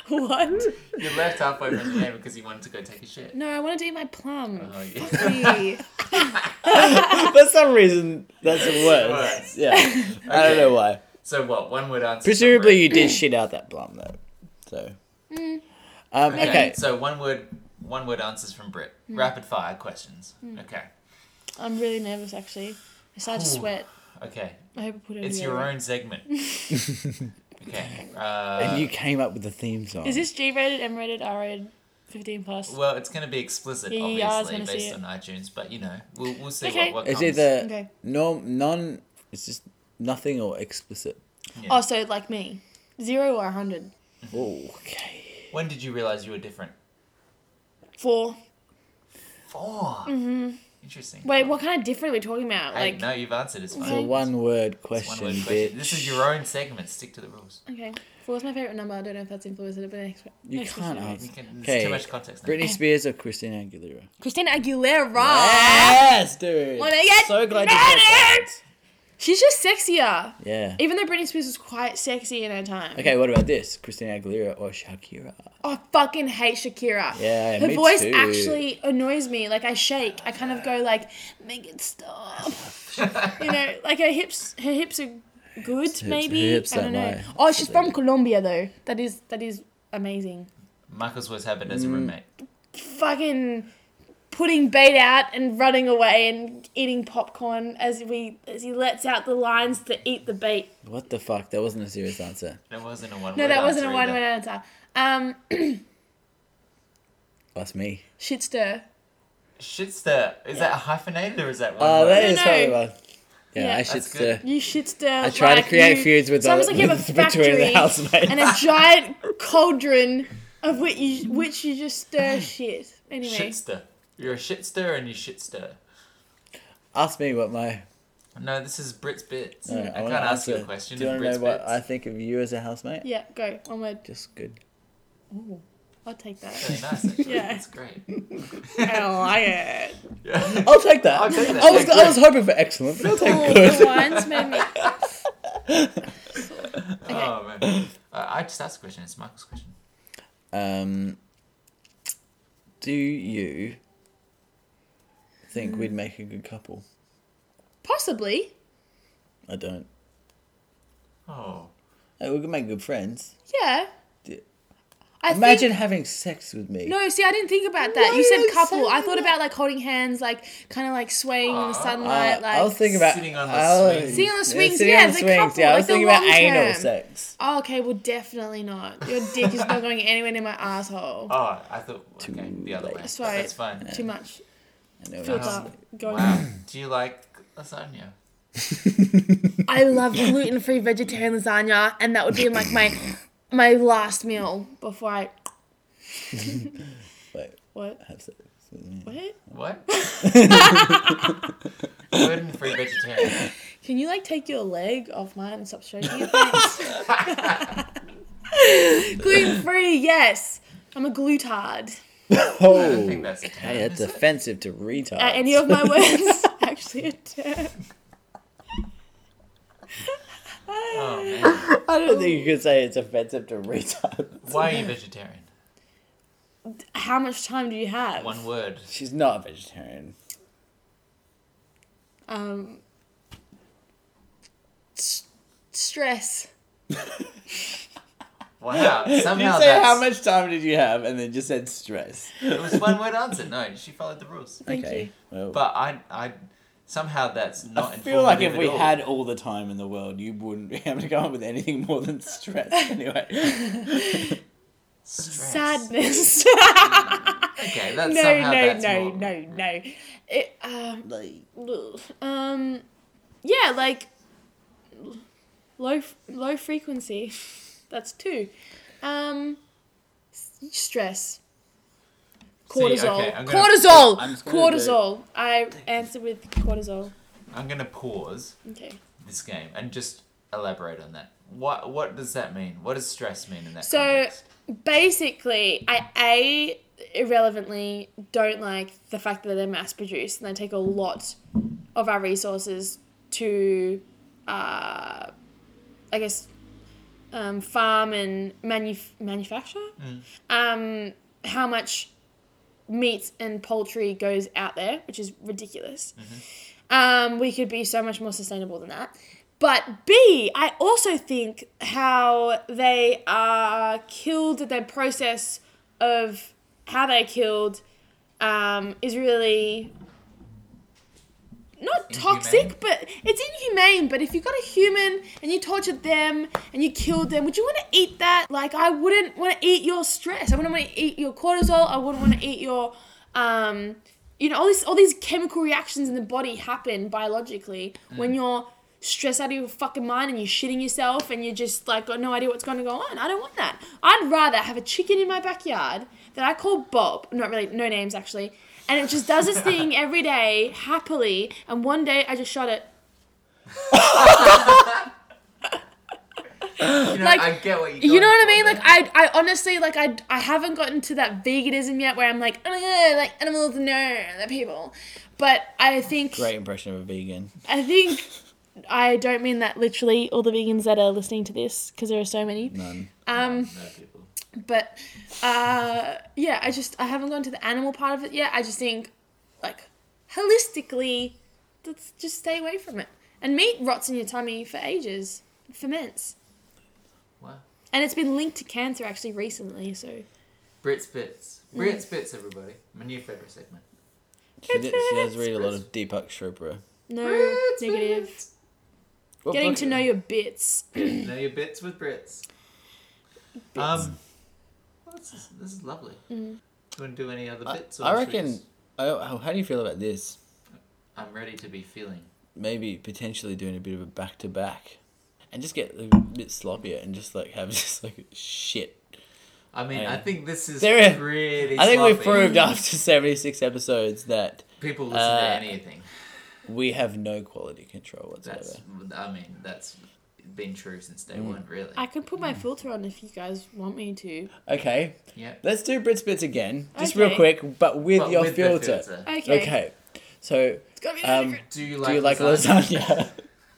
What?
you left halfway from the game because you wanted to go take a shit.
No, I want to do my plum.
Oh, yeah.
Gee.
For some reason, that's the worst.
Words.
Yeah, I don't know why.
So what? One word answer.
Presumably, you
summary.
did shit out that plum though. So,
Mm.
um,
Okay.
okay.
So one word, one word answers from Brit.
Hmm.
Rapid fire questions. Okay.
I'm really nervous actually. I started to
Ooh.
sweat.
Okay.
I hope I put it.
It's
in
your
the
own segment. okay. Uh,
And you came up with the theme song.
Is this G-rated, M-rated, R-rated, 15 plus?
Well, it's going to be explicit,
Yeah, yeah, I was
obviously,
gonna see
based
it.
on iTunes. But you know, we'll, we'll see
Okay.
what, what
It's
comes.
either
Okay.
no, non. It's just nothing or explicit.
Oh, so like me, zero or hundred?
Oh, okay.
When did you realize you were different?
Four.
4 Mm-hmm. Interesting.
Wait, what kind of different are we talking about?
Hey,
like,
no, you've answered. It's
It's a
fine.
one-word
It's
question,
one word
bitch.
question. This is your own segment. Stick to the rules.
okay, four's my favorite number. I don't know if that's influenced, but next,
You
next
can't
question.
You
answer.
can, there's
Okay.
too much context. Now.
Britney Spears or Christina Aguilera?
Christina Aguilera.
Yes, dude.
Ah! Wanna get
so glad you
mad
said that.
She's just sexier.
Yeah.
Even though Britney Spears was quite sexy in her time.
Okay, what about this? Christina Aguilera or Shakira?
Oh, I fucking hate Shakira.
Yeah,
Her
me
voice
too.
actually annoys me. Like I shake. I kind of go like, make it stop. you know, like her hips. Her hips are good, maybe.
her hips
I don't
are
know.
nice.
Oh, she's from Colombia though. That is that is amazing.
Michael's was happened
Mm.
as a roommate.
Fucking putting bait out and running away and eating popcorn as we as he lets out the lines to eat the bait.
What the fuck? That wasn't a serious answer.
That wasn't a one.
No, that wasn't a one word answer. Um,
That's me.
shit stir.
Shitster. Is that hyphenated or is that one?
Oh,
word?
that is
no.
probably one. Yeah,
Yeah.
I
That's
should.
good.
stir.
You shit stir.
I try to create feuds with
sounds
other-
like you have a
between
factory
the housemates.
and a giant cauldron of which you, which you just stir shit. Anyway,
Shitster. You're a shitster and you shitster.
Ask me what my.
No, this is Brit's bits.
No,
I, can't
wanna
ask you a
answer.
question.
Do you
in
want to know
Brit's
what
bits.
I think of you as a housemate?
yeah, go. One word.
Just good.
I'll take that.
Very nice, actually.
Yeah.
That's great.
I don't like it.
Yeah.
I'll take that.
I'll take that.
I was,
Yeah,
I was hoping for excellent, but I'll take
Oh, the
good.
wines made me.
Oh, man. Uh, I just asked a question. It's Michael's question.
Um, do you think we'd make a good couple?
Possibly.
I don't.
Oh.
Hey, we could make good friends.
Yeah.
D-
I
Imagine
Think,
having sex with me.
no, see, I didn't think about that.
Why
you
you
said couple.
saying
I thought about like holding hands, like kind of like swaying in the
Aw.
Uh,
sunlight, like
I was thinking about
Sitting on the
I
swings.
Sitting on the swings,
sitting
yeah,
on the
the
swings.
couple,
yeah, I
like
was
the
thinking about
long
anal
term.
sex.
Oh, okay, well, definitely not. Your dick is not going anywhere near my asshole.
Oh, I thought. Okay, the other way.
late.
Sorry.
That's fine.
Too much.
I know
Feel
that's-
dark. Going.
Wow. Do you like lasagna?
I love gluten-free vegetarian lasagna, and that would be like my my last meal before I
Wait,
what
have sex with me.
what?
What? Gluten free vegetarian.
Can you like take your leg off mine and stop stroking it? Thanks. gluten-free, yes. I'm a glutard.
I don't think
Oh,
that's a term,
hey, that's
is it?
offensive to retards.
Are Uh, any of my words actually a term?
Oh, man.
I don't think you could say it's offensive to retards.
Why are you vegetarian?
Um, How much time do you have?
One word.
She's not a vegetarian.
um, s- stress.
Wow.
You
Somehow
say
that's.
how much time did you have, and then just said stress.
It was one word answer. No, she followed the rules.
Thank you.
Well,
But I, I somehow that's not.
I feel like if
informative
we
at all.
had all the time in the world, you wouldn't be able to come up with anything more than stress. Anyway,
Stress.
Sadness.
Okay, that's
no,
somehow
no,
that's
no,
more-
no, no. It, um, like, ugh. um, yeah, like low, low frequency. That's two. Um, s- stress. Cortisol.
See, okay, I'm gonna-
cortisol.
I'm just gonna do-
cortisol. I answered with cortisol.
I'm gonna pause
Okay.
this game and just elaborate on that. What what does that mean? What does stress mean in that
So-
context?
basically, I a irrelevantly don't like the fact that they're mass produced and they take a lot of our resources to, uh, I guess, um, farm and manuf- manufacture. Um, how much meat and poultry goes out there, which is ridiculous. Um, we could be so much more sustainable than that. But B, I also think how they are killed, their process of how they're killed um, is really not
Inhumane.
toxic, but it's inhumane. But if you got a human and you tortured them and you killed them, would you want to eat that? Like, I wouldn't want to eat your stress. I wouldn't want to eat your cortisol. I wouldn't want to eat your, um, you know, all these all these chemical reactions in the body happen biologically when you're stressed out of your fucking mind and you're shitting yourself and you're just like got no idea what's going to go on. I don't want that. I'd rather have a chicken in my backyard that I call Bob. Not really, no names actually. And it just does this thing every day happily. And one day I just shot it.
you know,
like,
I get what you.
You know what I mean? Like I, I honestly like I, I haven't gotten to that veganism yet where I'm like, oh my god, like animals, no, the people. But I think
Great impression of a vegan.
I think I don't mean that literally. All the vegans that are listening to this because there are so many.
None.
um, people.
But uh, yeah, I just I haven't gone to the animal part of it yet. I just think like holistically, let's just stay away from it. And meat rots in your tummy for ages, it ferments.
Wow.
And it's been linked to cancer actually recently, so
Brit's bits. Brit's bits, everybody. My new favorite segment.
She, did, she does read a lot of Deepak Chopra.
no negative.
What
Getting
book-
to know your bits.
know your bits with Brits. Um, well, this, is, this is lovely. Do
Mm.
you want to do any other
I,
bits? or
I
should we
reckon.
just-
Oh, how how do you feel about this?
I'm ready to be feeling.
Maybe potentially doing a bit of a back to back, and just get a bit sloppier and just like have just like shit.
I mean, I
Yeah.
think this is
There is-
pretty.
I think we've
sloppy.
proved after seventy six episodes that
people listen to
uh,
anything.
we have no quality control whatsoever.
That's. I mean, that's been true since
Mm.
day one, really.
I could put my filter on if you guys want me to.
Okay,
yeah.
let's do Brits bits again, just
Okay.
real quick, but with
But
your
with the
filter.
Okay.
Okay. so
It's gotta be
um,
vinegar.
Do you like?
do you like lasagna?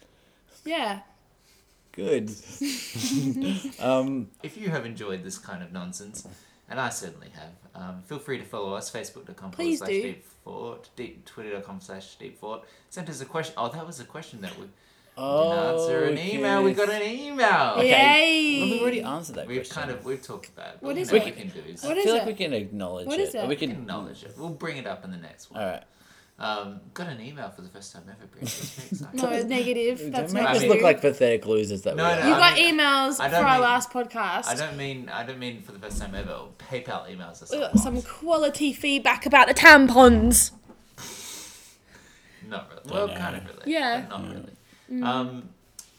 Yeah.
Good. um,
If you have enjoyed this kind of nonsense, and I certainly have, um, feel free to follow us, facebook.com forward
Please
slash
do.
deep fort, deep, twitter.com slash deep fort. Send us a question. Oh, that was a question that we didn't
oh,
answer. An email. We got
yes.
an email.
Okay.
Yay.
Well, we've already answered that
We've
question.
kind of, we've talked about it. but
What is
you know
it?
What we can do is
What
I
is
feel
it?
like we can acknowledge
What
it.
is it?
We can.
acknowledge it. We'll bring it up in the next one.
All right.
Um, got an email for the first time ever, Bridget. It's very exciting.
No, negative. That's
Don't make
not
us
true.
look like pathetic losers that
No,
we
no,
are.
You
I
got
mean-
emails for
I
our
don't mean-
last
I
podcast.
don't mean, I don't mean for the first time ever. or PayPal emails or
We
something.
got some quality feedback about the tampons.
Not really. Well,
know.
kind of really.
Yeah. Mm.
But not
Mm.
really. Um,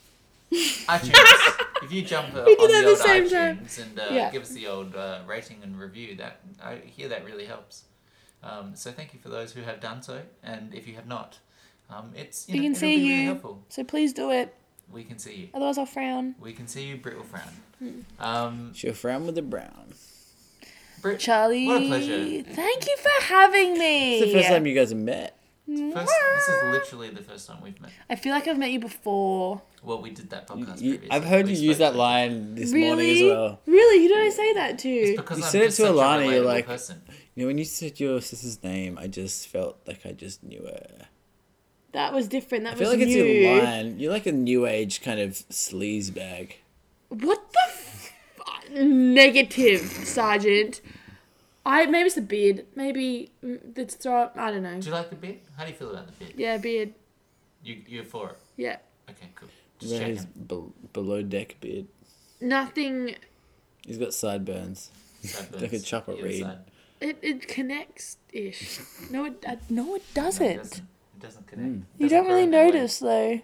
iTunes. if you jump uh, on
did
the
that
old
the same time.
iTunes and uh,
Yeah.
give us the old uh, rating and review, that I hear that really helps. Um, so thank you for those who have done so, and if you have not, um, it's you
We
know,
can
it'll
see
be really
you.
helpful.
So please do it.
We can see you.
Otherwise, I'll frown.
We can see you, Brit will frown.
Hmm.
Um,
She'll frown with the brown.
Brit,
Charlie.
what a pleasure.
Thank you for having me.
It's the first time you guys have met.
First, this is literally the first time we've met.
I feel like I've met you before.
Well, we did that podcast.
You-
previously.
I've heard
We
you use
spoke
that
to-
line this morning as
really?
well.
Really? You don't say that to?
Because
You
I'm
said it
just
to
such a
Alana, you're
relatable
like-
person.
You know, when you said your sister's name, I just felt like I just knew her.
That was different. That
I feel
was
like it's
new.
your line. You're like a new age kind of sleaze bag.
What the f- negative, Sergeant? I maybe it's the beard. Maybe mm, it's throw. I don't know.
Do you like the beard? How do you feel about the beard?
Yeah, beard.
You you're for it.
Yeah,
Okay, cool. Just
Remember his
checking.
bel below deck beard.
nothing.
He's got sideburns.
Sideburns.
Like a chopper
Either
reed.
side.
It, it connects ish. No, it uh, no, it doesn't.
It doesn't, it doesn't connect.
Hmm.
You
Doesn't
don't really
grow in that way.
notice though.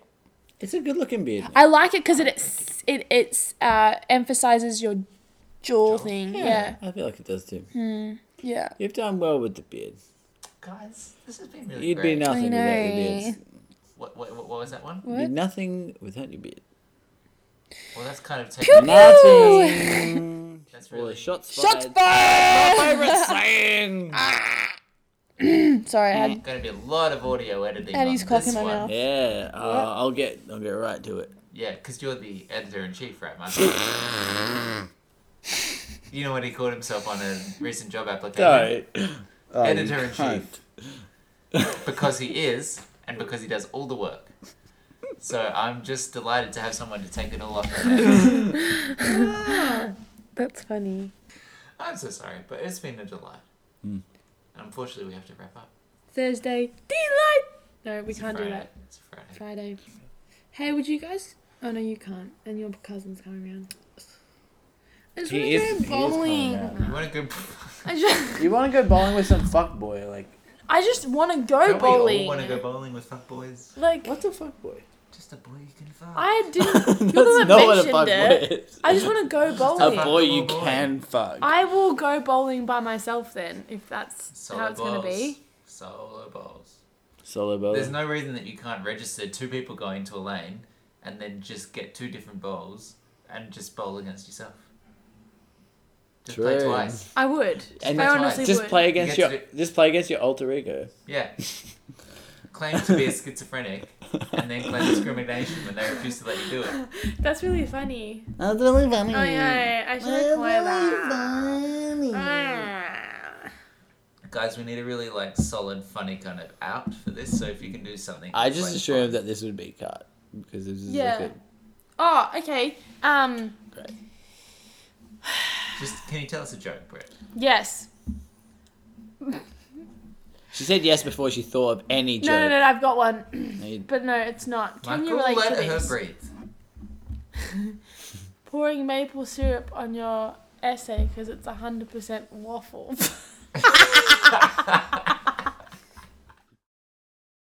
It's a good looking beard.
I like it because it it's, it it's uh, emphasizes your jaw thing. Yeah,
I feel like it does too.
Hmm. yeah.
You've done well with the beard.
Guys, this has been really
You'd be
great.
nothing
I
without your
know.
beards.
What, what, what was that one?
You'd be nothing without your beard.
Well, that's kind of
Pew,
technical.
Nothing.
That's
Really,
really
shots
Shots
fired.
fired!
Favorite saying.
Sorry, I had
going to be a lot of audio editing.
Eddie's
on
cock in
this
my
one.
mouth.
Yeah, uh, I'll get I'll get right to it.
Yeah, because you're the editor in chief, right, Martin? you know what he called himself on a recent job application? editor in chief. Because he is, and because he does all the work. So I'm just delighted to have someone to take it all off. my back.
that's funny.
I'm so sorry, but it's been a delight. Unfortunately, we have to wrap up.
Thursday delight. No, we can't do
Friday.
that.
It's Friday.
Friday. Hey, would you guys? Oh no, you can't. And your cousin's coming around. I just want
He is- he
to
is
go bowling.
coming
You want to go?
I just,
You want to go bowling with some fuck boy? Like
I just want to go
Don't we
bowling.
all want to go bowling with fuck boys?
like
what's a fuck boy?
Just a boy you can fuck.
I didn't. You're the
That's
one
not what a
that
fuck
mentioned it.
boy is.
I just want to go
A
bowling.
boy you
Boy.
can fuck.
I will go bowling by myself then, if that's
Solo
how it's
balls.
gonna be.
Solo balls.
Solo bowling.
There's no reason that you can't register two people going to a lane and then just get two different bowls and just bowl against yourself. Just play
True.
twice.
I would.
And
I
that's
honestly
right.
just
would.
play against
You
your
get to
just play against your alter ego.
Yeah. Claim to be a schizophrenic and then claim discrimination when they refuse to let you do it.
That's really funny.
That's really funny.
Oh yeah, I should acquire that. Ah.
Guys, we need a really like solid, funny kind of out for this. So if you can do something,
I
that's,
just
like,
assumed
fun.
that this would be cut because this is
Yeah.
like
Oh, okay. Um,
Just can you tell us a joke, Brett?
yes.
a, She said yes before she thought of any joke.
No, no, no, I've got one,
No, you-
but no, it's not. Can
Michael,
you relate
let
to
her
this?
breathe.
Pouring maple syrup on your essay because it's hundred percent waffle.